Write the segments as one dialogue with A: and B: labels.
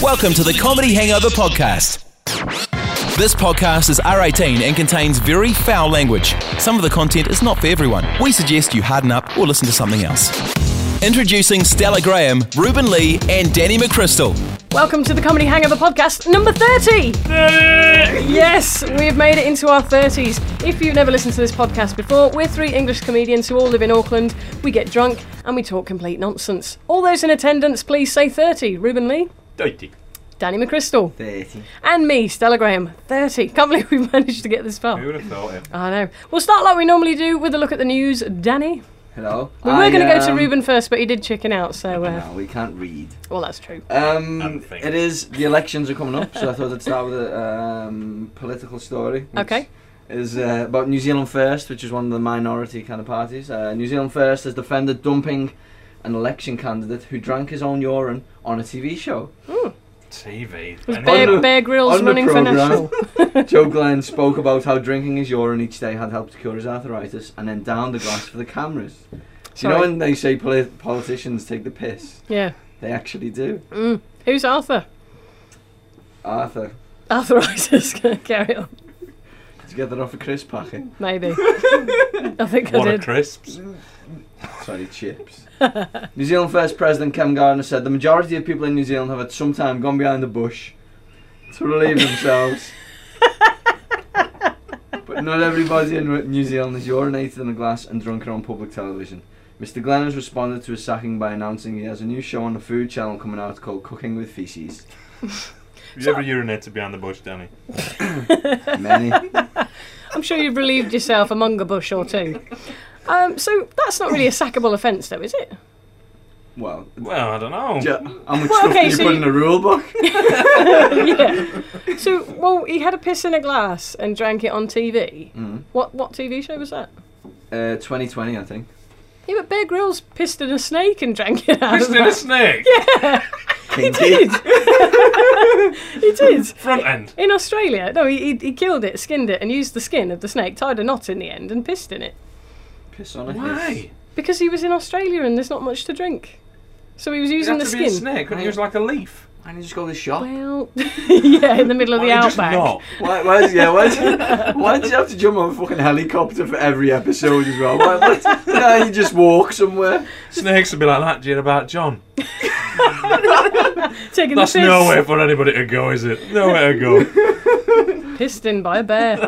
A: Welcome to the Comedy Hangover Podcast. This podcast is R18 and contains very foul language. Some of the content is not for everyone. We suggest you harden up or listen to something else. Introducing Stella Graham, Ruben Lee, and Danny McChrystal.
B: Welcome to the Comedy Hangover podcast number 30. Yes, we've made it into our 30s. If you've never listened to this podcast before, we're three English comedians who all live in Auckland. We get drunk and we talk complete nonsense. All those in attendance, please say 30. Ruben Lee,
C: 30.
B: Danny McChrystal,
D: 30.
B: and me, Stella Graham. 30. Can't believe we've managed to get this
C: Who
B: far.
C: would have thought it?
B: I know. We'll start like we normally do with a look at the news. Danny,
D: Hello.
B: we were going to go
D: um,
B: to Ruben first, but he did chicken out, so uh,
D: No, we can't read.
B: well, that's true.
D: Um,
C: Nothing.
D: it is the elections are coming up, so I thought I'd start with a um, political story. which
B: Okay.
D: Is uh, about New Zealand First, which is one of the minority kind of parties. Uh, New Zealand First has defended dumping an election candidate who drank his own urine on a TV show.
C: TV.
B: Was
C: And
B: Bear,
D: on the-
B: Bear Grylls
D: on the
B: running for
D: programme.
B: national?
D: Joe Glenn spoke about how drinking his urine each day had helped cure his arthritis, and then down the glass for the cameras. Do you
B: Sorry.
D: know when they say poli- politicians take the piss?
B: Yeah.
D: They actually do.
B: Mm. Who's Arthur?
D: Arthur,
B: Arthritis. Carry on.
D: did you get that off a crisp packet?
B: Maybe. I think I
C: What a
B: did.
C: crisps.
D: Sorry, chips. New Zealand First President Ken Gardner said the majority of people in New Zealand have at some time gone behind the bush to relieve themselves. but not everybody in New Zealand has urinated in a glass and drunk it on public television. Mr. Glenn has responded to his sacking by announcing he has a new show on the Food Channel coming out called Cooking with Feces.
C: You ever urinated behind the bush, Danny?
D: Many.
B: I'm sure you've relieved yourself among a bush or two. Um, so that's not really a sackable offence, though, is it?
D: Well,
C: Well, I don't know.
D: j- how much
B: Well,
D: stuff
B: okay,
D: can you
B: so
D: put
B: you-
D: in the rule book?
B: yeah. So, well, he had a piss in a glass and drank it on TV.
D: Mm.
B: What what TV show was that?
D: Uh, 2020, I think.
B: Yeah, but Bear Grylls pissed in a snake and drank it out. of
C: Pissed in a
B: that.
C: snake.
D: He
B: He did.
C: Front end.
B: In Australia, no, he, he, he killed it, skinned it, and used the skin of the snake, tied a knot in the end, and pissed in it.
D: Piss on it.
C: Why?
B: Because he was in Australia and there's not much to drink. So he was
C: He's had
B: using
C: to
B: the
C: be a
B: skin.
C: snake. Couldn't
D: Right.
C: use like a leaf.
D: Why didn't you just go to the shop?
B: Well, yeah, in the middle of
C: Why
B: the
C: just
B: outback.
C: not?
D: Why, why, is, yeah, why, is, why did you have to jump on a fucking helicopter for every episode as well? Why, why, can't you just walk somewhere?
C: Snakes would be like that. Do you hear about John?
B: Taking
C: That's
B: the piss.
C: no way for anybody to go, is it? Nowhere to go.
B: Pissed in by a bear.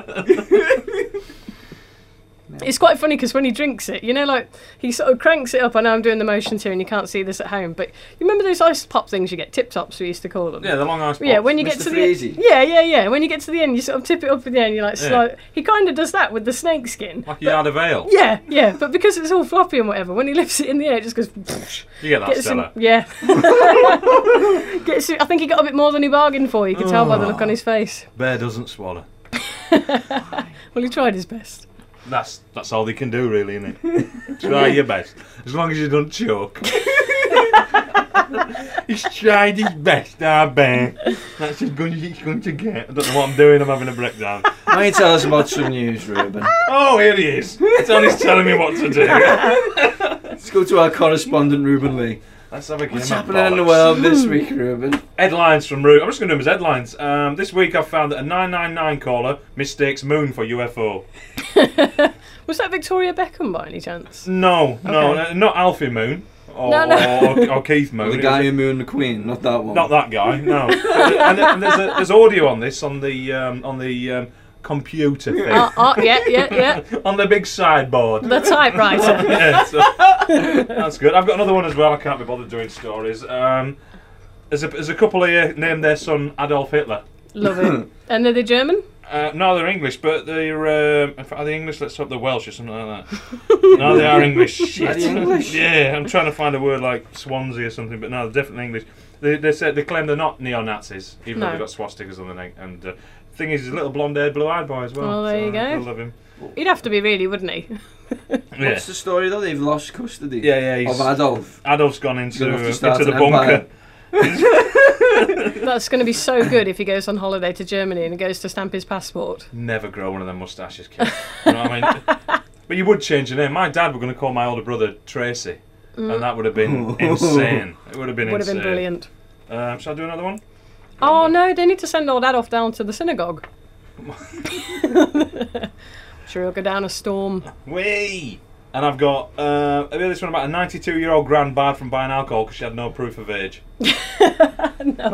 B: It's quite funny because when he drinks it, you know, like he sort of cranks it up. I know I'm doing the motions here, and you can't see this at home, but you remember those ice pop things you get, tip tops we used to call them.
C: yeah, the long ice box.
B: Yeah, when you get
D: Mr.
B: to
D: Freezy.
B: the yeah, yeah, yeah. When you get to the end, you sort of tip it up at the end. You like
C: Yeah.
B: slide. He kind of does that with the snake skin.
C: Like a yard of ale.
B: Yeah, yeah. But because it's all floppy and whatever, when he lifts it in the air, it just goes.
C: You get that,
B: Gets him-
C: Stella.
B: yeah. Gets him- I think he got a bit more than he bargained for. You can tell by the look on his face.
C: Bear doesn't swallow.
B: Well, he tried his best.
C: That's that's all they can do, really, isn't it? Try your best. As long as you don't choke. he's tried his best, I bet. That's as good as it's going to get. I don't know what I'm doing, I'm having a breakdown.
D: Why don't you tell us about some news, Ruben?
C: Oh, here he is. Tony's telling me what to do.
D: Let's go to our correspondent, Ruben Lee.
C: Let's have a game
D: What's
C: of
D: happening in the
C: bollocks.
D: world this week, Ruben?
C: Headlines from Rue. I'm just going to do them as headlines. Um, this week I've found that a 999 caller mistakes moon for UFO.
B: Was that Victoria Beckham by any chance?
C: No, no,
B: Okay.
C: uh, not Alfie Moon or,
B: No, no.
C: or, or Keith Moon.
D: the
C: It
D: guy
C: was
D: who mooned the Queen, not that one.
C: Not that guy. No. and, and there's, a, there's audio on this on the um, on the um, computer thing
B: Ah, ah, yeah, yeah, yeah.
C: on the big sideboard.
B: The typewriter.
C: Yeah, so- that's good. I've got another one as well. I can't be bothered doing stories. Um, there's a there's a couple here named their son Adolf Hitler.
B: Love it. And are they German?
C: Uh, no, they're English, but they're um, in fact, are they English? Let's hope they're Welsh or something like that. no, they are English. Shit.
D: Are they English?
C: Yeah, I'm trying to find a word like Swansea or something, but no, they're definitely English. They, they said they claim they're not neo Nazis, even
B: No.
C: though they've got swastikas on the neck. And uh, thing is, he's a little blonde-haired, blue-eyed boy as well.
B: Well, there
C: so
B: you go.
C: I love him.
B: He'd have to be really, wouldn't he?
C: Yeah.
D: What's the story, though? They've lost custody
C: Yeah, yeah, he's-
D: of Adolf.
C: Adolf's gone into,
D: You're gonna have to start
C: into the
D: an
C: bunker.
D: empire.
B: That's going to be so good if he goes on holiday to Germany and goes to stamp his passport.
C: Never grow one of them mustaches, kid. you know what I mean? But you would change your name. My dad were going to call my older brother Tracy, and that would have been insane. It would have been
B: Mm. Would have
C: insane.
B: been brilliant.
C: Um, shall I do another one?
B: Oh no, they need to send old Adolf down to the synagogue. sure, he'll go down a storm.
C: Wee! And I've got uh, I mean, this one about a 92 year old grand barred from buying alcohol because she had no proof of age.
B: No,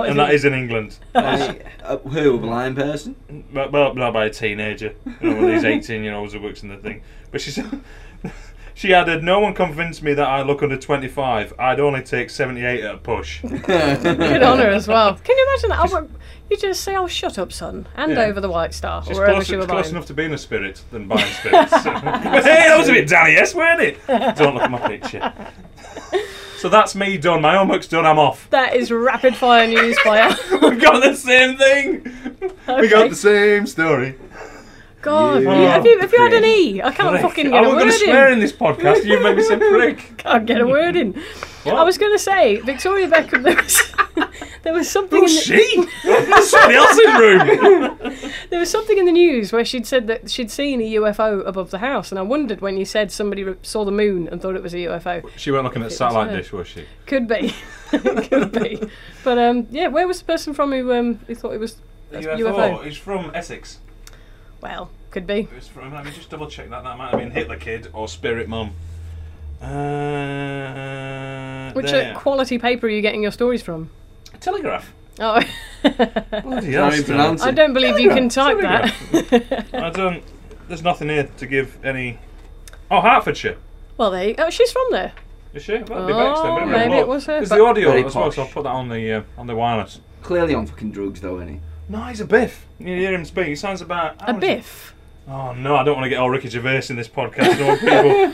C: And that is in England.
D: Like, uh, who, a blind person?
C: But, but not by a teenager. You know, one of these 18 year olds who works in the thing. But she said, she added, No one convinced me that I look under 25. I'd only take 78 at a push.
B: good on her as well. Can you imagine that? I would- you just say, "Oh, shut up, son," and
C: Yeah.
B: over the White Star,
C: She's
B: wherever
C: close,
B: she was
C: close
B: buying.
C: enough to being a spirit than buying spirits. hey, that was a bit Danny S, weren't it? Don't look at my picture. so that's me done. My homework's done. I'm off.
B: That is rapid fire news by
C: We've got the same thing. We
B: Okay.
C: got the same story.
B: God.
D: You
B: you- have you have you had an
D: prick.
B: E? I can't fucking
C: I
B: get a
C: was going
B: word
C: to swear
B: in.
C: in this podcast. You made me say prick.
B: Can't get a word in. I was going to say Victoria Beckham. There was there was something. in the-
C: she? Somebody else in room.
B: There was something in the news where she'd said that she'd seen a UFO above the house, and I wondered when you said somebody re- saw the moon and thought it was a UFO.
C: She weren't looking at
B: satellite
C: satellite
B: her.
C: dish,
B: dish,
C: was she?
B: Could be, could be. But um, yeah, where was the person from who um, who thought it was a UFO?
C: It's from Essex.
B: Well, could be.
C: It's from. Let me just double check that. That might have been Hitler Kid or Spirit Mum. Uh,
B: Which
C: there.
B: uh, quality paper are you getting your stories from?
C: Telegraph.
B: Oh,
C: Bloody
D: Sorry,
C: hell,
D: pronounce
B: I
D: it.
B: don't believe you can type
C: Telegraph.
B: that.
C: I don't. There's nothing here to give any. Oh, Hertfordshire.
B: well, there. You, oh, she's from there.
C: Is she? That'd be
B: Oh,
C: Bex then, wouldn't
B: maybe
C: Look,
B: it was her,
C: There's
B: but-
C: the audio
D: Very
C: as well, so I'll
D: posh.
C: put that on the uh, on the wireless.
D: Clearly on fucking drugs, though, isn't he?
C: No, he's a biff. You hear him speak. He sounds about
B: A biff.
C: Oh no, I don't want to get all Ricky Gervais in this podcast. I don't want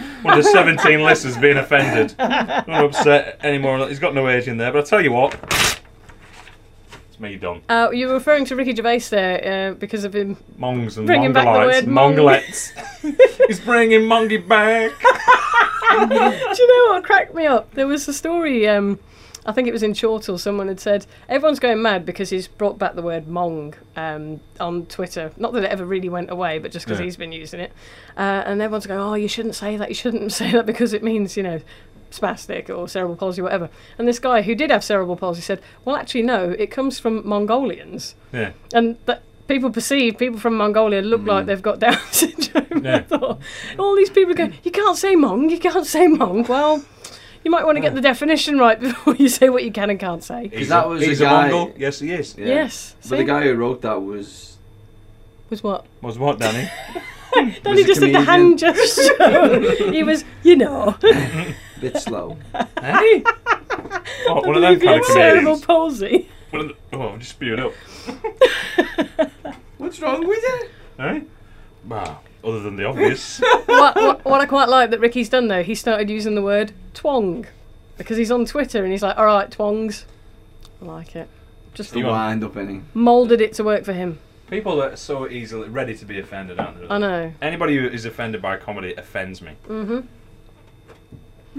C: people under 17 listeners being offended. I'm not upset anymore. He's got no age in there, but I tell you what, it's me done.
B: Uh, you were referring to Ricky Gervais there uh, because of him.
C: Mongs and
B: Bringing back the
C: mongolites.
B: word mong.
C: Mongolettes. he's bringing Mongy back.
B: Do you know what cracked me up? There was a story. Um, I think it was in Chortle. Someone had said everyone's going mad because he's brought back the word "mong" um, on Twitter. Not that it ever really went away, but just because
C: Yeah.
B: he's been using it. Uh, and everyone's going, "Oh, you shouldn't say that. You shouldn't say that because it means you know." Spastic or cerebral palsy, whatever. And this guy who did have cerebral palsy said, Well, actually, no, it comes from Mongolians.
C: Yeah,
B: and that people perceive people from Mongolia look like they've got Down syndrome. I
C: Mm. Yeah.
B: thought all these people go, you can't say Mong, you can't say Mong. Well, you might want to get the definition right before you say what you can and can't say.
C: he's,
D: that
C: a,
D: was a
C: he's a,
D: guy-
C: Mongol. Yes, he is.
D: Yeah.
B: Yes,
D: But
B: see?
D: the guy who wrote that was.
B: Was what?
C: Was what, Danny?
B: Danny
D: a
B: just did the hand gesture. he was, you know,
D: Bit slow.
C: hey? Oh, one of them
B: he
C: kind
B: had
C: of
B: cerebral
C: comedians.
B: palsy.
C: One of the- Oh, I'm just spewing up.
D: What's wrong with it?
C: Eh? Well, other than the obvious.
B: what, what, what I quite like that Ricky's done though, he started using the word twong because he's on Twitter and he's like, all right, twongs. I like it. Just
D: The
C: You want-
D: wind up, innit?
B: moulded it to work for him.
C: People are so easily ready to be offended, aren't they?
B: I know. Mm-hmm.
C: Anybody who is offended by comedy offends me.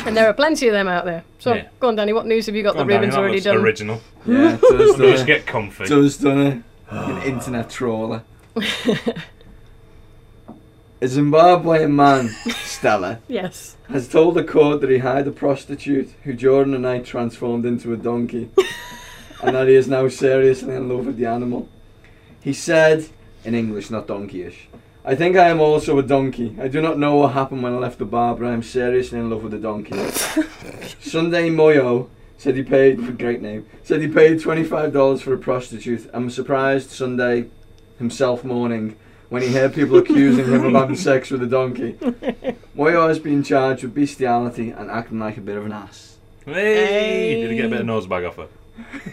B: And there are plenty of them out there. So
C: Yeah.
B: go on, Danny. What news have you got
C: Come on,
B: that Ruben's
C: Danny, that
B: already
C: looks
B: done?
C: Original.
D: Yeah, it does, doesn't
C: Just
D: it?
C: get comfy.
D: Does done it. An internet trawler. A Zimbabwean man, Stella,
B: Yes.
D: has told the court that he hired a prostitute who during the night transformed into a donkey and that he is now seriously in love with the animal. He said, in English, not donkeyish, I think I am also a donkey. I do not know what happened when I left the bar, but I am seriously in love with a donkey. Sunday Moyo said he paid for great name. Said he paid twenty five dollars for a prostitute and was surprised Sunday himself morning when he heard people accusing him of having sex with a donkey. Moyo has been charged with bestiality and acting like a bit of an ass.
C: Hey! Did he get a bit of nosebag off her?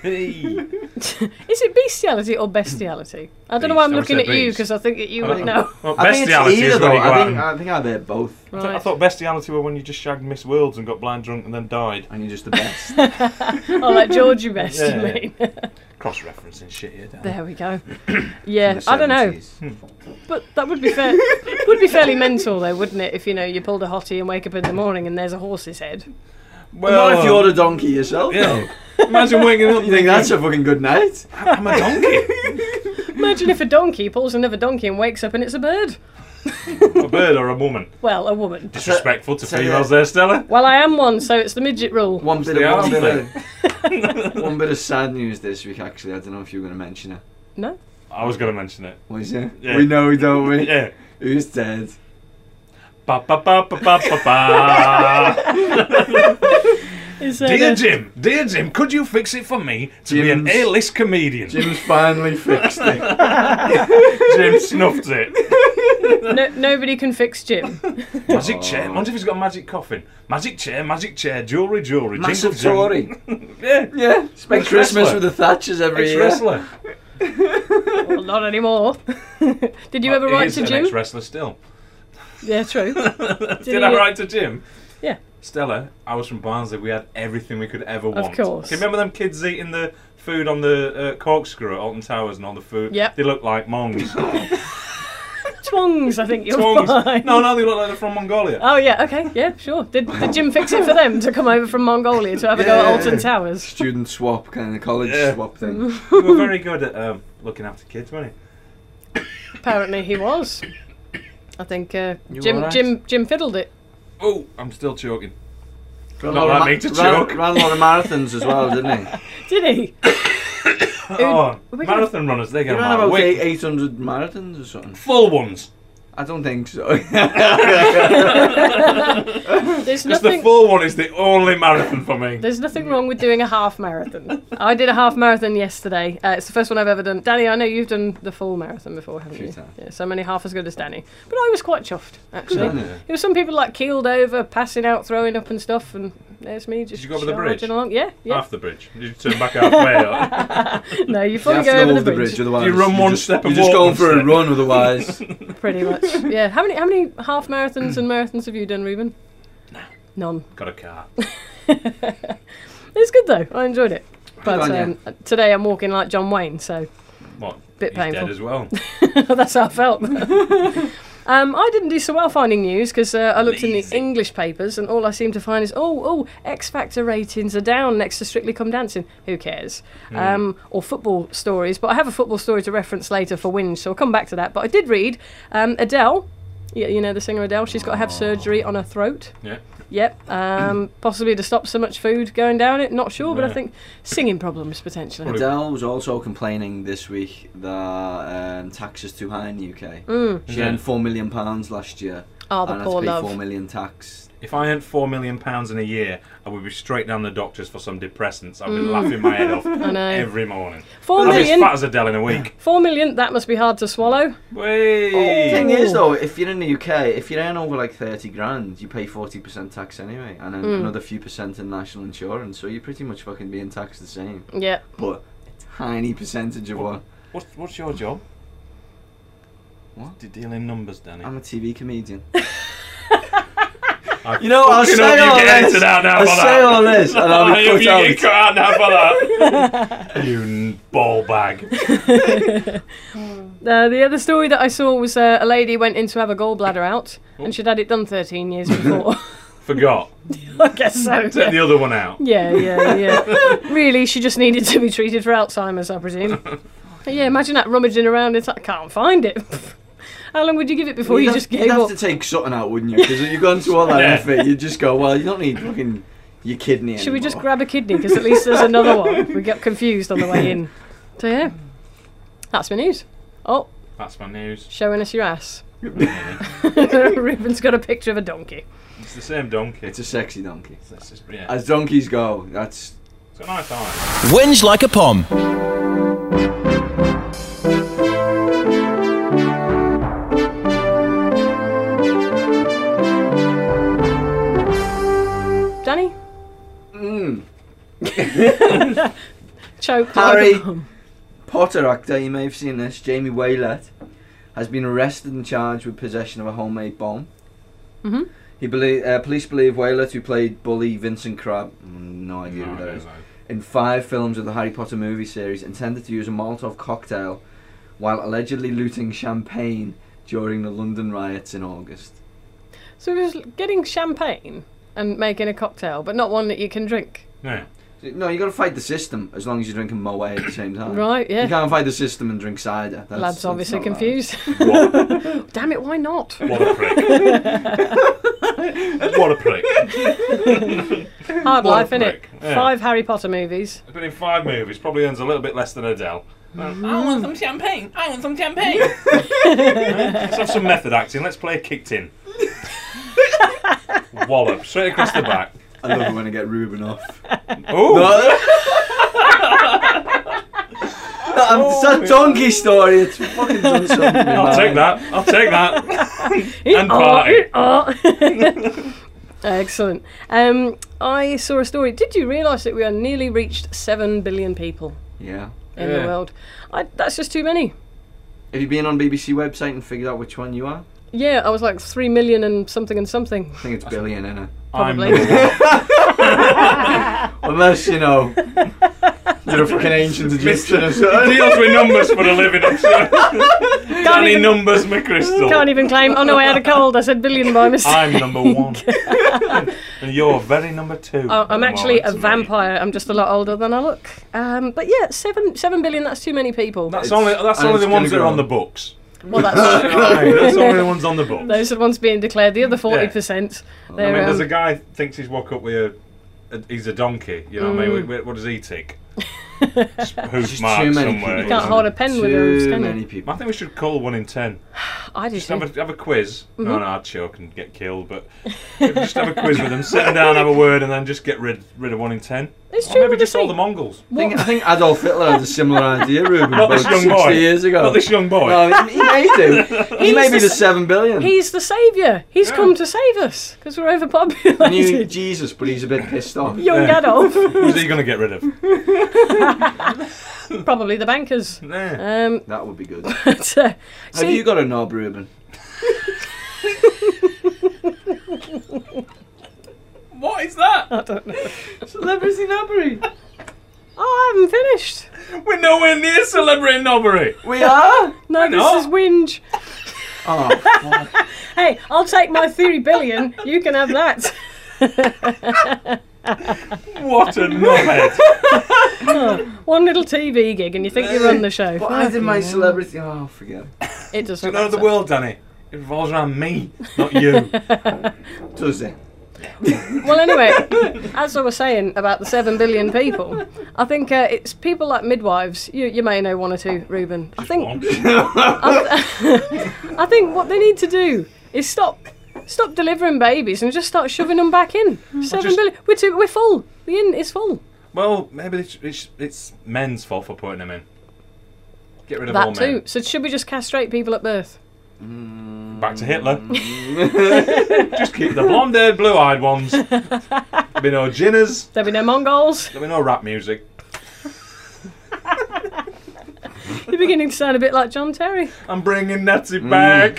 C: Hey!
B: Is it bestiality or bestiality? I don't know why I'm
C: Beast. I
B: looking
C: would say
B: at you
C: beast.
B: because I think that you
C: I
B: would
C: don't
B: know.
C: Well,
D: I think it's
C: Uh, bestiality
D: either
C: is when
D: though.
C: you go
D: I
C: out
D: think
C: and-
D: I think I've heard
C: I
D: both,
C: thought- I
B: Right.
C: thought bestiality were when you just shagged Miss Worlds and got blind drunk and then died.
D: and you're just the best.
B: Oh, like Georgie Best,
C: Yeah.
B: you mean?
C: Cross referencing shit here, Dan.
B: there we go. Yeah, I don't know.
C: Hmm.
B: But that would be fair. would be fairly mental though, wouldn't it? If you know you pulled a hottie and wake up in the morning and there's a horse's head.
D: Well, not if you're a donkey yourself.
C: Yeah. Imagine waking up
D: You think that's a fucking good night?
C: I'm a donkey.
B: Imagine if a donkey pulls another donkey and wakes up and it's a bird.
C: a bird or a woman.
B: Well, a woman.
C: Disrespectful to
D: so,
C: females
D: yeah.
C: there, Stella.
B: Well, I am one, so it's the midget rule.
D: One bit of
C: the
D: one
C: arm
D: bit of One bit of sad news this week, actually. I don't know if you were going to mention it.
B: No?
C: I was going to mention it.
D: Was it?
C: Yeah.
D: We know, don't we?
C: Yeah.
D: Who's dead?
C: Ba ba ba ba ba ba ba.
B: Is uh, there
C: Dear
B: a-
C: Jim, dear Jim, could you fix it for me to be an
D: Jim's-
C: A-list comedian? Jim,
D: Jim's finally fixed it.
C: snuffed it.
B: no, nobody can fix Jim.
D: Oh.
C: Magic chair. Wonder if he's got a magic coffin. Magic chair, magic chair, jewelry, jewelry.
D: Massive
C: jingle,
D: Tory.
C: jingle. Yeah.
D: Yeah.
C: Ex-wrestler.
D: Spend Christmas with the Thatchers every year.
C: Ex-wrestler.
B: well, not anymore. Did you ever
C: He
B: write
C: is
B: to
C: an
B: Jim?
C: Ex-wrestler still.
B: Yeah, true.
C: Did,
B: he-
C: I write to Jim?
B: Yeah.
C: Stella, I was from Barnsley. We had everything we could ever want.
B: course.
C: Can you remember them kids eating the food on the uh, corkscrew at Alton Towers and all the food?
B: Yep.
C: They looked like Mongs.
B: Twongs, I think you're fine.
C: Mongs. No, no, they look like they're from Mongolia.
B: Oh yeah, okay, yeah, sure. Did, did Jim fix it for them to come over from Mongolia to have a go at
D: Yeah.
B: Alton Towers?
D: Student swap, kind of college
C: Yeah.
D: swap thing.
B: Oh.
C: we were very good at um, looking after kids, weren't we?
B: Apparently he was. I think uh,
D: You
B: Jim
D: alright?
B: Jim Jim fiddled it.
C: Oh, I'm still choking.
D: Ran
C: Not
D: a lot of
C: like me to
D: ran,
C: choke.
D: Ran a lot of marathons as well, didn't he?
B: Did he?
C: Oh,
B: we gonna-
C: marathon runners, they
D: He
C: get a
D: ran about
C: mile.
D: eight, 800 marathons or something.
C: Full ones.
D: I don't think so.
B: There's
C: Just the
B: nothing.
C: full one is the only marathon for me.
B: There's nothing wrong with doing a half marathon. I did a half marathon yesterday. Uh, it's the first one I've ever done. Danny, I know you've done the full marathon before, haven't
D: Few
B: you?
D: times.
B: Yeah, so many half as good as Danny. But I was quite chuffed, actually.
D: Good on you.
B: There were some people like keeled over, passing out, throwing up and stuff, and there's me just
C: you go over the
B: charging
C: bridge?
B: along. Yeah, yeah.
C: Half the bridge. You turn back halfway.
B: no, you
D: You
B: fully
D: have
B: go
D: to
B: over
D: go
B: the bridge,
D: otherwise
C: You run
D: you're
C: one
D: just-
C: step and
D: You're just
C: walk
D: going
C: one
D: for a
C: step.
D: run, otherwise.
B: pretty much. Yeah. How many how many half marathons and marathons have you done, Ruben? None.
C: Got a car.
B: It's good though. I enjoyed it. But
D: on ya.
B: um, today I'm walking like John Wayne, so
C: What?
B: Bit
C: He's dead
B: painful.
C: as well.
B: That's how I felt. um, I didn't do so well finding news because uh, I looked in the
C: Lazy.
B: English papers and all I seem to find is, oh, oh, X Factor ratings are down next to Strictly Come Dancing. Who cares?
C: Hmm.
B: Um, or football stories. But I have a football story to reference later for Winge, so I'll come back to that. But I did read um, Adele. Yeah, you know the singer Adele. She's got to have surgery on her throat.
C: Yeah.
B: Yep. Um, possibly to stop so much food going down it. Not sure, but I
C: Right.
B: think singing problems potentially.
D: Adele was also complaining this week that um, tax is too high in the UK. She
C: Yeah.
D: earned four million pounds last year.
B: Oh,
D: and
B: the
D: had to
B: poor
D: pay
B: love.
D: four million tax.
C: If I earned four million pounds in a year, I would be straight down the doctors for some depressants. I'd be
D: Mm.
C: laughing my head off
B: know.
C: every morning.
B: Four
C: I'd be as
B: million.
C: fat as Adele in a week.
B: Four million. That must be hard to swallow.
D: The
C: Whey!
D: thing is, though, if you're in the UK, if you earn over like thirty grand, you pay forty percent tax anyway, and then another few percent in national insurance. So you're pretty much fucking being taxed the same,
B: Yeah.
D: but a tiny percentage of what.
C: What's, what's your job?
D: What?
C: Do you deal in numbers, Danny?
D: I'm a TV comedian.
C: I
D: You know, I'll
C: fucking
D: say
C: hope
D: all
C: you get
D: this.
C: edited out now
D: I
C: for that.
D: say all this, and I'll
C: I
D: be
C: hope
D: put
C: you
D: out.
C: get cut out now for that. you n- ball bag.
B: Uh, the other story that I saw was uh, a lady went in to have a gallbladder out, and she'd had it done 13 years before.
C: Forgot.
B: I guess so.
C: Take the other one out.
B: Yeah, yeah, yeah. really, she just needed to be treated for Alzheimer's, I presume. But yeah, imagine that rummaging around. It's like, I can't find it. How long would you give it before
D: You'd
B: you
D: have-
B: just
D: you'd
B: gave
D: have
B: up?
D: to take something out, wouldn't you? Because you've gone through all that
C: Yeah.
D: effort, you just go, well, you don't need fucking your kidney.
B: Should we just
D: anymore."
B: grab a kidney? Because at least there's another one. We got confused on the way in. So, yeah, that's my news. Oh,
C: That's my news.
B: showing us your ass. Ruben's got a picture of a donkey.
C: It's the same donkey.
D: It's a sexy donkey.
C: It's just- yeah.
D: As donkeys go, that's
C: It's a nice eye.
A: Whinge like a pom.
B: Danny?
D: mm,
B: Choked. like a
D: Harry
B: bum.
D: Potter actor. You may have seen this. Jamie Waylett has been arrested and charged with possession of a homemade bomb.
B: Mhm.
D: He belie- uh, police believe Waylett, who played bully Vincent Crabbe, no idea who
C: No,
D: that
C: it
D: is,
C: is, though.
D: in five films of the Harry Potter movie series, intended to use a Molotov cocktail while allegedly looting champagne during the London riots in August.
B: So he was getting champagne and making a cocktail, but not one that you can drink.
C: Yeah.
D: No, you got to fight the system as long as you're drinking Moet at the same time.
B: Right, yeah.
D: Uh, You can't fight the system and drink cider. That's,
B: Lad's
D: that's
B: obviously
D: not allowed.
B: confused.
C: What,
B: Damn it, why not?
C: what a prick. what a prick.
B: Hard
C: What a
B: life, innit?
C: prick. Yeah.
B: Five Harry Potter movies.
C: I've been in five movies, probably earns a little bit less than Adele.
E: Mm. I want some champagne. I want some champagne.
C: Let's have some method acting. Let's play kicked in. Wallop straight across the back.
D: I love it when I get Ruben off.
C: Oh,
D: No, I'm- it's a donkey story. It's fucking done something.
C: I'll take that. I'll take that. and
B: Oh,
C: party.
B: oh. Excellent. Um, I saw a story. Did you realise that we are nearly reached seven billion people
D: Yeah.
B: in
C: Yeah.
B: the world? I, that's just too many.
D: Have you been on BBC website and figured out which one you are?
B: Yeah, I was like three million and something and something.
D: I think it's billion, innit?
C: I'm
B: Probably.
C: the one.
D: Unless you know, you're a fucking ancient Egyptian or
C: He
D: something.
C: deals with numbers for a living. I'm sure. Danny numbers McChrystal.
B: Can't even claim. Oh no, I had a cold. I said billion by mistake.
C: I'm number one, and you're very number two.
B: Oh, I'm
C: Come
B: actually
C: on,
B: a
C: to me.
B: vampire. I'm just a lot older than I look. Um, but yeah, seven seven billion. That's too many people.
C: That's only that's
D: and
C: only
D: it's
C: the ones that
D: gonna
C: are
D: go
C: on the
D: on.
C: books.
B: well, that's true.
C: Aye, that's only the ones on the books.
B: Those are the ones being declared. The other forty percent. um,
C: I mean, there's a guy thinks he's woke up with a, a he's a donkey. You know what I
B: Mm.
C: mean? What, what does he tick? Just Hoof
D: Just
C: mark
D: too many
C: somewhere.
D: people.
B: Can't hold a pen
D: too
B: with those, can you?
D: many
C: I
D: people.
C: think we should call one in ten.
B: I do
C: Just have
B: too.
C: a, have a quiz.
B: Mm-hmm.
C: No, no, I'd choke and get killed, but just have a quiz with them. Sit them down, have a word, and then just get rid rid of one in ten.
B: It's
C: Or
B: true.
C: maybe
B: with
C: just all
B: thing.
C: the Mongols.
D: I think, I think Adolf Hitler had a similar idea, Ruben,
C: Not
D: about
C: this young
D: 60
C: boy.
D: years ago.
C: Not this young boy.
D: No, he he may do. He may
B: He's
D: be
B: the
D: the 7 billion.
B: He's the saviour. He's come to save us because we're
D: New
B: overpopulated.
D: Jesus, but he's a bit pissed off.
B: Young
C: Yeah.
B: Adolf,
C: Who's he going to get rid of?
B: probably the bankers.
C: Nah.
B: Um,
D: That would be good.
B: but, uh,
D: Have
B: see,
D: you got a knob, Ruben?
E: what is that?
B: I don't know.
D: Celebrity knobbery.
B: Oh, I haven't finished.
C: We're nowhere near celebrity knobbery.
D: We are?
B: No,
C: not?
B: this is whinge.
D: Oh,
B: Hey, I'll take my theory billion. You can have that.
C: What a knobhead.
B: One little TV gig, and you think you run the show.
D: but I did my celebrity. Oh, forget it.
B: It doesn't
C: No, the
B: matter.
C: world, Danny. It revolves around me, not you.
D: Does it?
B: Well, anyway, as I was saying about the seven billion people, I think uh, it's people like midwives. You, you may know one or two, Reuben. I think Oh. I think what they need to do is stop stop delivering babies and just start shoving them back in. Seven
C: Hmm. just-
B: billion. We're too, we're full. The inn is full.
C: Well, maybe it's, it's, it's men's fault for putting him in. Get rid of all
B: That too.
C: men.
B: So should we just castrate people at birth?
C: Back to Hitler. Just keep the blonde haired, blue eyed ones. There'll be no ginners.
B: There'll be no Mongols.
C: There'll be no rap music.
B: You're beginning to sound a bit like John Terry.
C: I'm bringing Nazi
B: Mm.
C: back.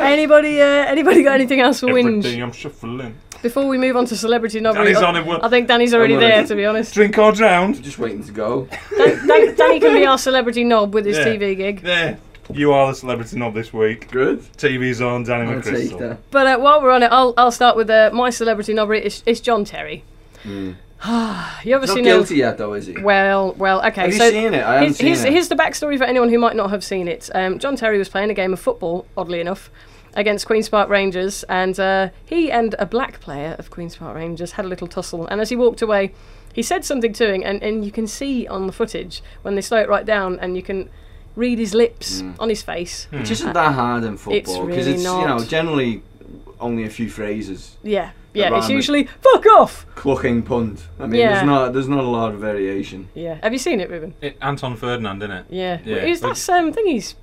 B: Anybody uh, anybody got anything else for
C: Everything
B: Winge?
C: I'm shuffling.
B: Before we move on to celebrity novelty,
C: Danny's on it.
B: I think Danny's already
D: I'm on
B: there
D: it.
B: to be honest.
C: Drink or drown.
D: Just waiting to go.
B: Dan- Dan- Danny can be our celebrity knob with his
C: Yeah.
B: TV gig.
C: There. You are the celebrity knob this week.
D: Good.
C: TV's on, Danny
D: I'll take
C: McChrystal.
D: that.
B: But uh, while we're on it, I'll, I'll start with uh, my celebrity novel. It's, it's John Terry.
C: Hmm.
B: you ever seen
D: He's not
B: him?
D: guilty yet, though, is he?
B: Well, well, okay.
D: Have you
B: so
D: seen it? I haven't
B: here's,
D: seen
B: here's,
D: it.
B: here's the backstory for anyone who might not have seen it. Um, John Terry was playing a game of football, oddly enough, against Queen's Park Rangers, and uh, he and a black player of Queen's Park Rangers had a little tussle. And as he walked away, he said something to him, and, and you can see on the footage when they slow it right down, and you can read his lips
D: Hmm.
B: on his face.
C: Hmm.
D: Which isn't that hard in football because
B: really
D: it's, you
B: not.
D: know generally only a few phrases.
B: Yeah, yeah. It's
D: Environment.
B: usually fuck off.
D: Clucking punt. I mean,
B: Yeah.
D: there's not there's not a lot of variation.
B: Yeah. Have you seen it, Ruben?
C: It, Anton Ferdinand, isn't it?
B: Yeah.
C: Yeah,
B: Who's
C: but-
B: that um, thing? He's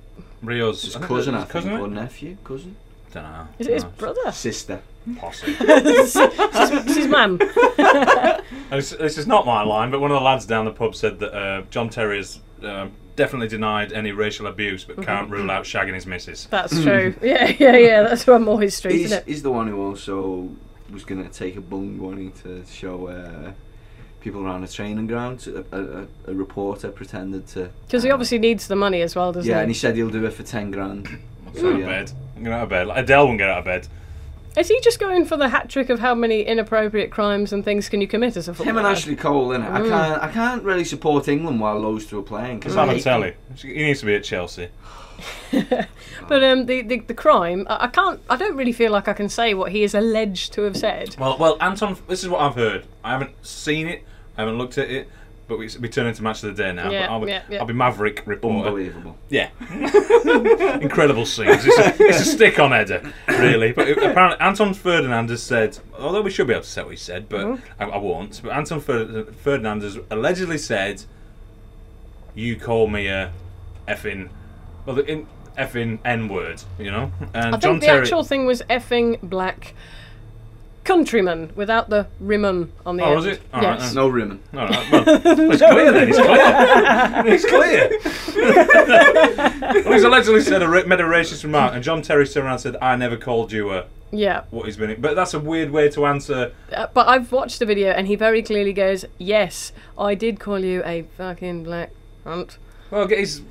C: Rio's
D: His cousin, I
C: his
D: think,
C: cousin,
D: or
C: isn't
D: nephew, cousin,
C: it? Dunno.
B: is it his
C: No,
B: brother?
D: sister.
C: Posse.
B: it's, his- it's his mum.
C: And This, this is not my line, but one of the lads down the pub said that uh, John Terry has um, definitely denied any racial abuse,
D: Mm-hmm.
C: but can't rule out shagging his missus.
B: That's true. Yeah, yeah, yeah. That's one more history,
D: He's,
B: isn't it?
D: he's the one who also was going to take a bung warning to show uh, people around a training ground. So A, a, a reporter pretended to.
B: Because he obviously needs the money as well, doesn't
D: Yeah,
B: he?
D: and he said he'll do it for ten grand.
C: I'm going out of bed. I'm going out of bed. Like Adele won't get out of bed.
B: Is he just going for the hat trick of how many inappropriate crimes and things can you commit as a footballer?
D: Him and Ashley Cole, innit? I can't, I can't really support England while those two are playing. Cause I,
C: Balotelli. He needs to be at Chelsea.
B: But um, the, the the crime, I, I can't. I don't really feel like I can say what he is alleged to have said.
C: Well, well, Anton. This is what I've heard. I haven't seen it. I haven't looked at it. But we, we turn into match of the day now.
B: Yeah,
C: but I'll, be,
B: yeah, yeah.
C: I'll be Maverick reporter.
D: unbelievable.
C: Yeah. Incredible scenes. It's a, it's a stick on header, really. But it- apparently, Anton Ferdinand has said, although we should be able to say what he said, but
B: Mm-hmm.
C: I, I won't. But Anton Fer- Ferdinand has allegedly said, You call me a effing, well, the in, effing N word, you know? And
B: I think the actual thing was effing black countryman without the rimum on the
C: Oh,
B: end.
C: was it? All right,
B: yes.
D: No rimming.
C: All right, well, it's clear then. It's clear. It's clear. well, he's allegedly said a, ra- made a racist remark, and John Terry turned around and said, "I never called you a
B: Yeah.
C: what he's been." But that's a weird way to answer.
B: Uh, but I've watched the video and he very clearly goes, "Yes, I did call you a fucking black cunt."
C: Well, get his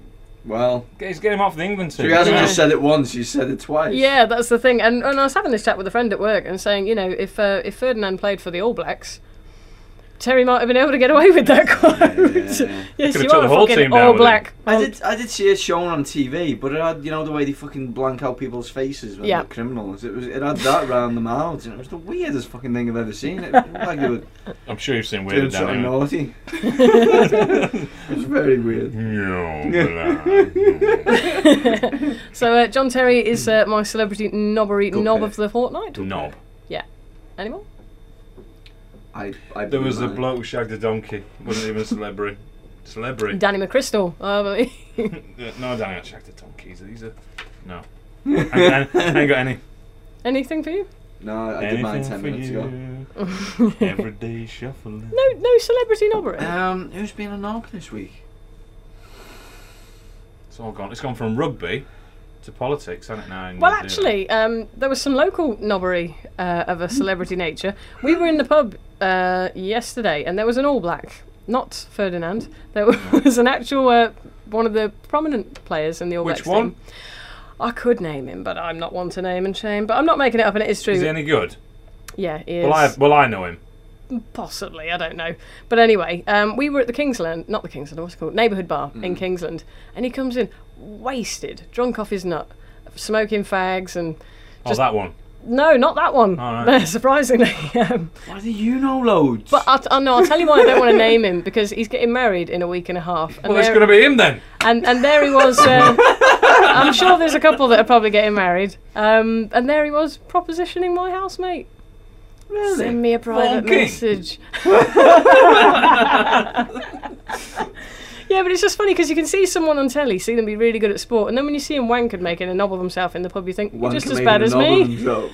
D: Well,
C: get his game off the England
D: so
C: team.
D: he hasn't
B: Yeah.
D: just said it once, he's said it twice.
B: Yeah, that's the thing. And, and I was having this chat with a friend at work and saying, you know, if uh, if Ferdinand played for the All Blacks, Terry might have been able to get away with that quote.
D: Yeah.
B: yes,
C: Could've
B: you
C: took
B: are
C: the
B: a
C: whole
B: fucking
C: team down
B: All
C: with him.
B: Black.
D: I
B: cunt.
D: did, I did see it shown on TV, but it had, you know, the way they fucking blank out people's faces when
B: Yeah.
D: they're criminals. It was, it had that round the mouths, and it was the weirdest fucking thing I've ever seen. It looked like they were
C: I'm sure you've seen weirder
D: doing
C: down
D: something
C: here.
D: naughty. it was very weird.
C: No, but, uh,
B: So uh, John Terry is uh, my celebrity knobbery
D: Good
B: knob
D: pick.
B: of the fortnight.
C: Knob.
B: Anymore?
D: I, I
C: There was a
D: mine.
C: bloke who shagged a donkey. Wasn't even a celebrity. Celebrity.
B: Danny McChrystal. I believe.
C: Uh, no, Danny, I shagged a donkey. These are no. I, ain't- I ain't got any.
B: Anything for you?
D: No, I did
C: Anything
D: mine ten
C: for
D: minutes ago.
C: you. Everyday shuffling.
B: No, no celebrity knobbery.
D: Um, who's been a knob this week?
C: It's all gone. It's gone from rugby to politics, hasn't it? Now. in
B: Well,
C: New Zealand?
B: actually, um, there was some local knobbery uh, of a celebrity nature. We were in the pub uh, yesterday, and there was an All Black, not Ferdinand. There was an actual uh, one of the prominent players in the All
C: Which
B: Blacks.
C: one?
B: Team. I could name him, but I'm not one to name and shame. But I'm not making it up, and it is true.
C: is he any good?
B: yeah, he is.
C: Well, I well I know him.
B: Possibly, I don't know. But anyway, um, we were at the Kingsland, not the Kingsland, what's it called? Neighbourhood Bar
C: Mm.
B: in Kingsland. And he comes in wasted, drunk off his nut, smoking fags and.
C: Oh,
B: Just-
C: that one.
B: No, not that one.
C: All
B: No,
C: right.
B: surprisingly. Um,
D: Why do you know loads?
B: but I'll, t- oh, no, I'll tell you why I don't want to name him because he's getting married in a week and a half. And
C: Well, it's
B: there-
C: going to be him then.
B: and, and there he was. Uh, I'm sure there's a couple that are probably getting married. Um, and there he was propositioning my housemate. Send me a private
C: Bonking.
B: message. yeah, but it's just funny because you can see someone on telly, see them be really good at sport, and then when you see him wankered making a knob of himself in the pub, you think, you're
D: One
B: just as
D: comedian
B: bad as
D: knob
B: me.
D: on himself.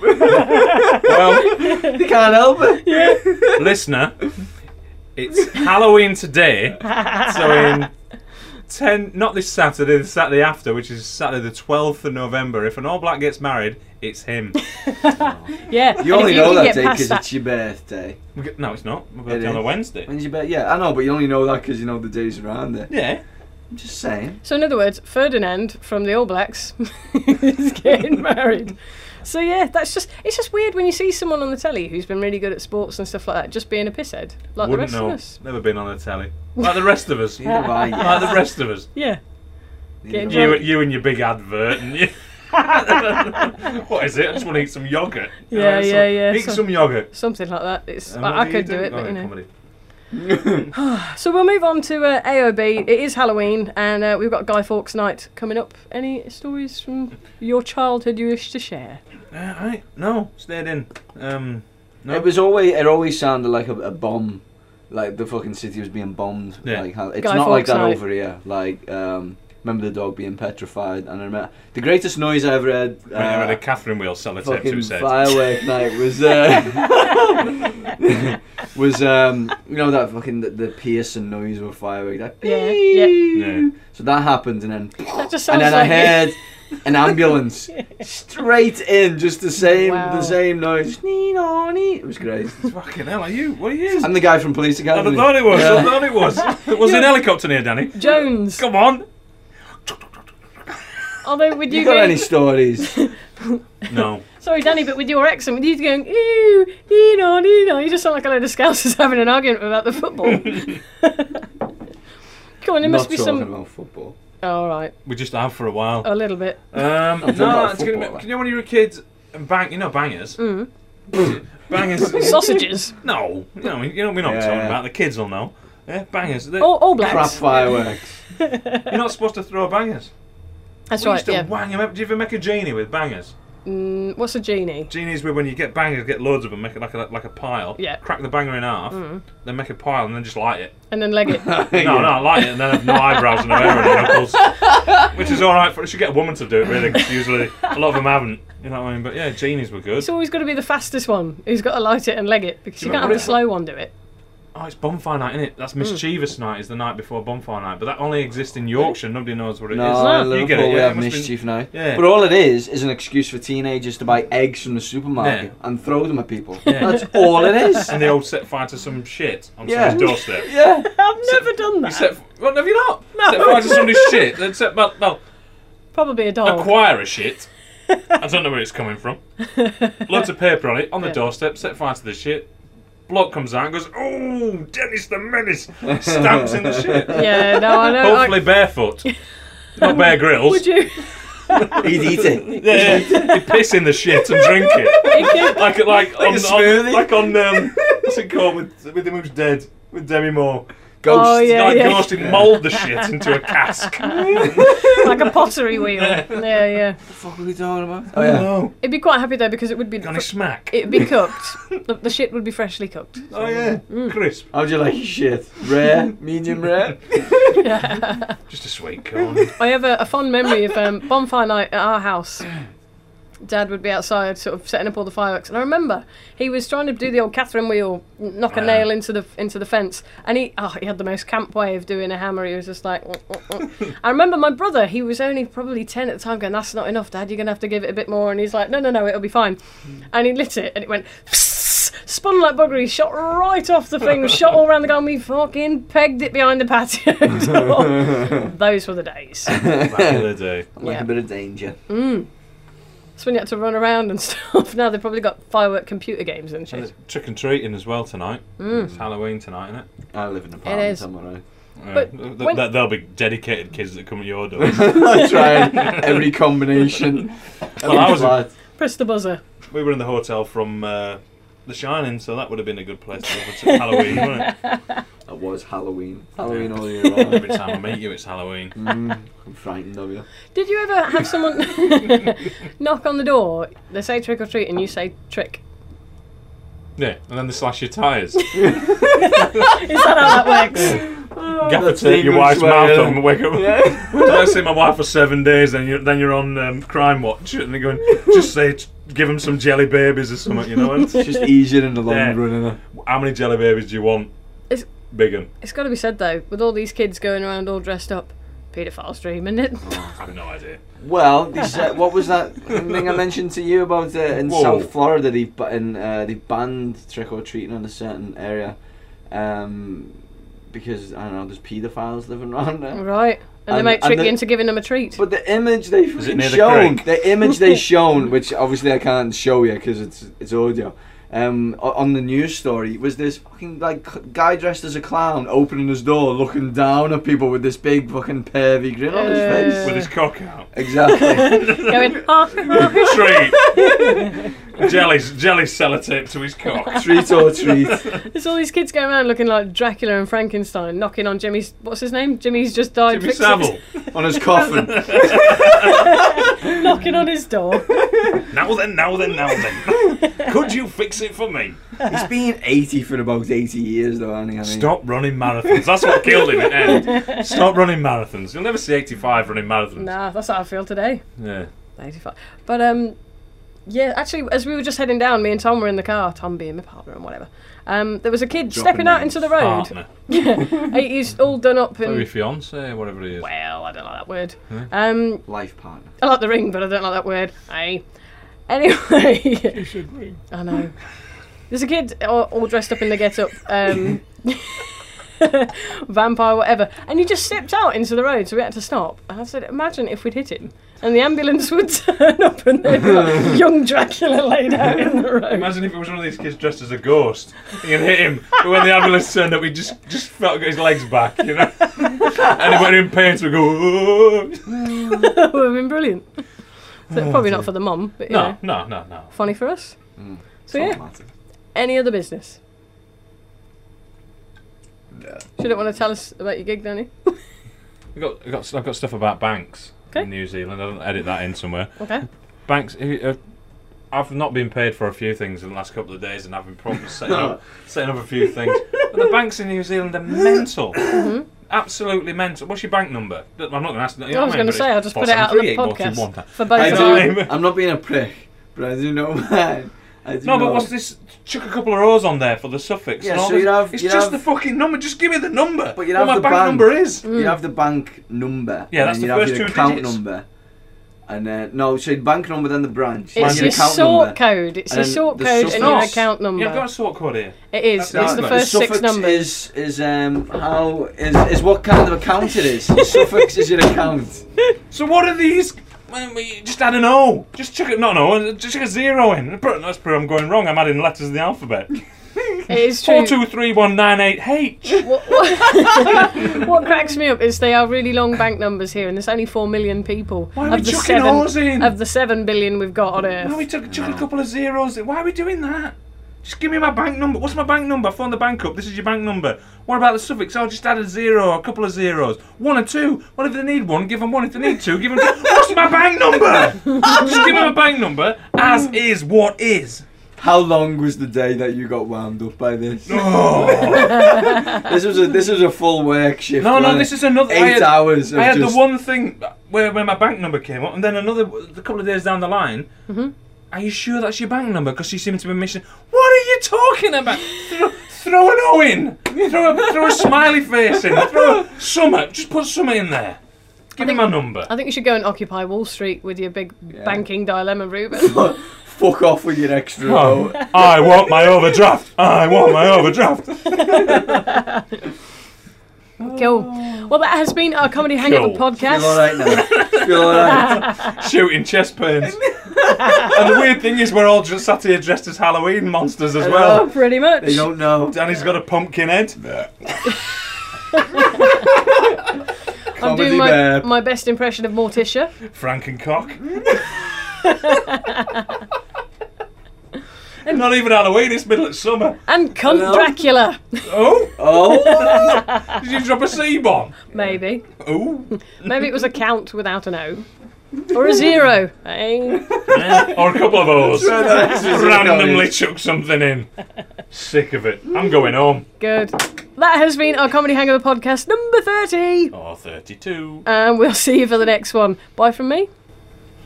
C: Well,
D: they can't help it.
C: listener, it's Halloween today, so in ten, not this Saturday, the Saturday after, which is Saturday the twelfth of November. If an All Black gets married, it's him.
B: Yeah,
D: You
B: and
D: only
B: if you
D: know
B: can
D: that
B: get
D: day
B: past
D: because
B: that-
D: it's your birthday.
C: We get- No, it's not. My
D: It
C: birthday on a
D: is.
C: Wednesday.
D: When's your birthday? Yeah, I know, but you only know that because you know the days around it.
C: Yeah.
D: I'm just saying.
B: So, in other words, Ferdinand from the All Blacks is getting married. So yeah, that's just—it's just weird when you see someone on the telly who's been really good at sports and stuff like that, just being a pisshead like
C: Wouldn't
B: the rest
C: know.
B: of us.
C: Never been on the telly. Like the rest of us.
D: Neither have I, yeah.
C: Like the rest of us.
B: Yeah,
D: Neither have
B: Yeah.
C: You,
D: I.
C: you and your big advert, and you. what is it? I just want to eat some yogurt. You
B: Yeah,
C: so-
B: yeah, yeah,
C: Eat
B: so-
C: some yogurt.
B: something like that. It's
C: And
B: I,
C: what
B: I could do
C: you
B: it,
C: Oh,
B: but you know.
C: comedy.
B: So we'll move on to uh, AOB. It is Halloween, and uh, we've got Guy Fawkes Night coming up. Any stories from your childhood you wish to share?
C: Uh, I no stayed in. Um, no.
D: It was always. It always sounded like a, a bomb. Like the fucking city was being bombed.
C: Yeah.
D: Like how, it's
B: Guy
D: not like
B: Fawkes
D: that
B: night.
D: over here. Like um, remember the dog being petrified, and I remember the greatest noise I ever heard.
C: I had
D: uh,
C: a Catherine Wheel sellotape
D: fucking
C: who said.
D: firework night was uh, was um you know that fucking the, the piercing noise of a firework that
B: Yeah, yeah.
C: Yeah.
D: so that happened and then
B: That just
D: and
B: sounds
D: then I
B: like
D: heard an ambulance straight in just the same
B: Wow.
D: the same noise Nino, nee. it was great
C: Fucking hell, are you? What are you?
D: I'm the guy from Police
C: I
D: Academy
C: thought it was. I
D: Yeah.
C: thought it was. It was an helicopter near Danny.
B: Jones.
C: Come on.
B: Although, would you
D: you got
B: be-
D: any stories
C: No.
B: Sorry, Danny, but with your accent, with you going, ew, you know, you know, you just sound like a load of scousers having an argument about the football. Come on, there
D: I'm
B: must
D: not
B: be
D: talking
B: some.
D: about football.
B: All right,
C: We just have for a while.
B: a little bit.
C: Um, no,
D: talking about
C: it's gonna
D: football,
C: be, you know when you were kids and bang, you know bangers, bangers.
B: Mm. Sausages,
C: no, no, you know we're not
D: Yeah,
C: talking
D: yeah.
C: about the kids will know. Yeah, bangers. They-
B: all, all
D: Crap
B: blacks.
D: fireworks.
C: You're not supposed to throw bangers.
B: That's
C: we
B: right.
C: used to
B: Yeah.
C: wang 'em up. Do you ever make a genie with bangers?
B: Mm, what's a genie?
C: Genies where when you get bangers, get loads of them, make it like a like a pile.
B: Yeah.
C: Crack the banger in half, then make a pile, and then just light it.
B: And then leg it.
C: No, no, I like it, and then have no eyebrows and no hair on your knuckles, which is all right. For, I should get a woman to do it really, 'cause usually a lot of them haven't. You know what I mean? But yeah, genies were good.
B: It's always got to be the fastest one who's got to light it and leg it because you can't
C: remember
B: have the
C: it?
B: slow one do it.
C: Oh, it's bonfire night, isn't it? That's mischievous night. Is the night before bonfire night, but that only exists in Yorkshire. Nobody knows what it is.
D: No, in
C: you get
D: Liverpool
C: it.
D: we
C: Yeah,
D: have
C: it must be-
D: mischief now.
C: Yeah.
D: But all it is is an excuse for teenagers to buy eggs from the supermarket
C: Yeah.
D: and throw them at people.
C: Yeah.
D: That's all it is.
C: and they all set fire to some shit on
D: Yeah.
C: someone's doorstep.
D: Yeah.
B: I've never done that.
C: Set, well, have you not? No. Set fire to somebody's shit. Then set, well, well,
B: Probably a dog.
C: acquire a shit. I don't know where it's coming from. Loads of paper on it, on the doorstep, set fire to the shit. Bloke comes out and goes, Oh, Dennis the Menace! Stamps in the shit.
B: yeah, no, I know.
C: Hopefully barefoot. Not bare grills.
B: I, would you?
D: He'd eat it.
C: Yeah, yeah. You piss in the shit and drink it. Like like, on, on
D: smoothie.
C: like on um what's it called with with the who's dead with Demi Moore.
D: Ghosts.
B: Oh, yeah.
C: Guy goes to mould the shit into a cask.
B: like a pottery wheel. Yeah, yeah.
D: What are we talking about? Oh, yeah.
C: Oh,
B: It'd be quite happy though because it would be
C: gonna smack.
B: it'd be cooked. the, the shit would be freshly cooked.
C: oh yeah,
B: Mm.
C: crisp.
D: How'd you like your shit? Rare? Medium rare?
C: Just a sweet corn.
B: I have a, a fond memory of um, bonfire night at our house. Dad would be outside, sort of setting up all the fireworks, and I remember he was trying to do the old Catherine wheel, n- knock a
C: Yeah.
B: nail into the into the fence, and he oh, he had the most camp way of doing a hammer. He was just like, "Mm, mm, mm." I remember my brother, he was only probably ten at the time, going, "That's not enough, Dad. You're gonna have to give it a bit more." And he's like, "No, no, no, it'll be fine." And he lit it, and it went. Spun like buggery, shot right off the thing, shot all round the garden. We fucking pegged it behind the patio door. Those were the days.
C: Back in the day.
D: I like
B: Yeah.
D: a bit of danger.
B: So when you had to run around and stuff, now they've probably got firework computer games and
C: And it's
B: shit. Mm.
C: trick and treating as well tonight. It's Halloween tonight, isn't it?
D: I live in an apartment,
B: is.
D: I'm alright.
B: But
C: Yeah. Th-
B: when-
C: th- there'll be dedicated kids that come at your door.
D: I'm trying every combination. Every
C: I was-
D: flat.
B: Press the buzzer.
C: we were in the hotel from uh, The Shining, so that would have been a good place to have a Halloween, wouldn't it?
D: That was Halloween. Halloween
C: Yeah.
D: all year long. Mm,
C: Every time I meet you, it's Halloween.
B: Mm.
D: I'm frightened of you.
B: Did you ever have someone knock on the door? They say trick or treat and you say trick.
C: Yeah, and then they slash your tyres.
B: Is that how that works?
C: Gaffer
D: That's
C: tape your
D: English
C: wife's
D: way,
C: mouth
D: isn't
C: on
D: it?
C: and wake up. I see my wife for seven days, then you're, then you're on um, Crime Watch, and they're going, just say, t- give them some jelly babies or something, you know? And
D: It's just easier in the long
C: Yeah.
D: run, isn't it?
C: how many jelly babies do you want?
B: It's-
C: Big 'un.
B: it's got to be said though, with all these kids going around all dressed up, paedophile's dream, isn't it?
C: I have no idea.
D: Well, they said, what was that thing I mentioned to you about uh, in
C: Whoa.
D: South Florida? They ba- in, uh, they banned trick or treating in a certain area um, because I don't know. There's paedophiles living around there.
B: Right. And, they
D: And-
B: might
D: and
B: trick
D: the-
B: you into giving them a treat.
D: But the image they fucking
C: near the
D: shown,
C: creek?
D: the, image they shown, which obviously I can't show you because it's it's audio. Um, o- on the news story was this fucking like c- guy dressed as a clown opening his door, looking down at people with this big fucking pervy grin on his
B: Uh.
D: face.
C: With his cock out.
D: Exactly.
B: going, ah, ah, ah.
C: Treat! jellies, jelly sellotape to his cock.
D: treat or treat.
B: There's all these kids going around looking like Dracula and Frankenstein, knocking on Jimmy's, what's his name? Jimmy's just died.
C: Jimmy
B: fix it.
C: Savile.
D: on his coffin.
B: Knocking on his door.
C: Now then, now then, now then. Could you fix it for me?
D: He's been 80 for about 80 years, though, hasn't he? I mean,
C: Stop running marathons. That's what killed him in the end. Stop running marathons. You'll never see 85 running marathons.
B: nah, that's how I feel today.
C: Yeah.
B: 85. But um, yeah, actually, as we were just heading down, me and Tom were in the car, Tom being my partner and whatever. Um, there was a kid
D: Dropping
B: stepping out
D: names.
B: into the road.
C: Partner.
B: He- He's all done up
C: Maybe
B: in.
C: fiance, whatever it is.
B: Well, I don't like that word. Um,
D: Life partner.
B: I like the ring, but I don't like that word. Aye. Anyway. You should ring. I know. There's a kid all, all dressed up in the get up. Um, vampire, whatever. And he just stepped out into the road, so we had to stop. And I said, imagine if we'd hit him. And the ambulance would turn up and they'd got young Dracula laid out in the road.
C: Imagine if it was one of these kids dressed as a ghost. You can hit him, but when the ambulance turned up, he just just felt got his legs back, you know. Anybody in pain would go. "Oh."
B: that would have been brilliant. So probably not for the mum, but you
C: No,
B: know,
C: no, no, no.
B: funny for us.
D: Mm.
B: So yeah, any other business? She don't want to tell us about your gig, Danny.
C: I got, I got, I've got stuff about banks
B: Okay.
C: in New Zealand. I don't edit that in somewhere.
B: Okay.
C: Banks. Uh, I've not been paid for a few things in the last couple of days, and having problems setting up, setting up a few things. But the banks in New Zealand are mental. Absolutely mental. What's your bank number? I'm not going to ask. you know
B: Mm-hmm. I was
C: what
B: going
C: mean?
B: to
C: But
B: say, I'll
C: it's
B: just put it out on the
C: 478,
B: podcast
C: 421.
B: for both
D: I
B: of
C: know.
B: our
D: do, I'm not being a prick, but I do know mine. I do
C: No,
D: know-
C: but what's this? Chuck a couple of O's on there for the suffix.
D: Yeah,
C: and all
D: so you'd
C: this.
D: have-
C: it's
D: you'd
C: just
D: have-
C: the fucking number. Just give me the number.
D: But you'd
C: what
D: have
C: my
D: the
C: bank
D: bank.
C: number is.
D: You
B: Mm.
D: have the bank number.
C: Yeah, that's
D: and then
C: the
D: you
C: first
D: have your
C: two
D: account
C: digits.
D: number. And uh, no, so your bank number, then the branch. then
B: It's
C: Mine's
B: your
C: an
B: sort code. It's
D: And
B: your
D: then
B: sort
D: the
B: code
D: sub-
B: and
D: No,
B: your
C: s-
B: account number.
C: Yeah, I've got a sort code here.
B: it is.
C: That's
B: It's the
C: nice.
B: first
D: the
B: six
D: suffix
B: numbers.
D: is is um how is is what kind of account it is. The suffix is your account.
C: So what are these? Well, we- Just add an O. Just chuck it. No, no. Just chuck a zero in. Put- That's probably I'm going wrong. I'm adding letters in the alphabet.
B: It is true.
C: Four two three one nine eight H.
B: What, what- what cracks me up is they are really long bank numbers here, and there's only four million people
C: Why are we
B: of the
C: chucking
B: seven
C: O's in?
B: of the seven billion we've got on Earth.
C: Why we took chuck a couple of zeros? in? Why are we doing that? Just give me my bank number. What's my bank number? I phoned the bank up. This is your bank number. What about the suffix? Oh, just add a zero, a couple of zeros. One or two. Well, if they need one, give them one. If they need two, give them two. What's my bank number? just give me my bank number as is what is.
D: How long was the day that you got wound up by this?
C: Oh.
D: This was a this was a full work shift.
C: No, no,
D: wasn't
C: this
D: it?
C: is another. I
D: eight
C: had,
D: hours. Of
C: I had
D: just,
C: the one thing where, where my bank number came up, and then another a couple of days down the line.
B: Mm-hmm.
C: Are you sure that's your bank number? Because she seemed to be missing. What are you talking about? throw, throw an O in. Throw a, throw a smiley face in. Throw a summer. Just put summer in there. Give me my number.
B: I think you should go and occupy Wall Street with your big banking dilemma, Ruben.
D: Fuck off with your extra.
C: Oh,
D: Oh.
C: I want my overdraft. I want my overdraft. Oh.
B: cool. Well, that has been our comedy hangover
C: Cool.
B: podcast.
D: Feel alright now. Feel alright.
C: Shooting chest pains. and the weird thing is, we're all just sat here dressed as Halloween monsters as well.
B: Oh,
D: know.
B: Pretty much.
D: They don't know.
C: Danny's got a pumpkin head.
B: I'm
D: Comedy
B: doing my,
D: bear.
B: my best impression of Morticia.
C: Frankencock. Not even Halloween, it's middle of summer.
B: And cunt
D: Hello?
B: Dracula.
C: Oh,
D: Oh,
C: did you drop a C bomb?
B: Maybe.
C: Oh.
B: Maybe it was a count without an O. Or a zero. Eh?
C: or a couple of O's.
D: That's right, that's
C: Randomly
D: right.
C: chuck something in. Sick of it. I'm going home.
B: Good. That has been our Comedy Hangover podcast number 30.
C: Oh, 32.
B: And we'll see you for the next one. Bye from me.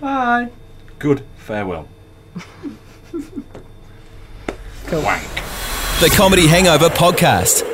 D: bye.
C: Good farewell. Wank.
A: The Comedy Hangover Podcast.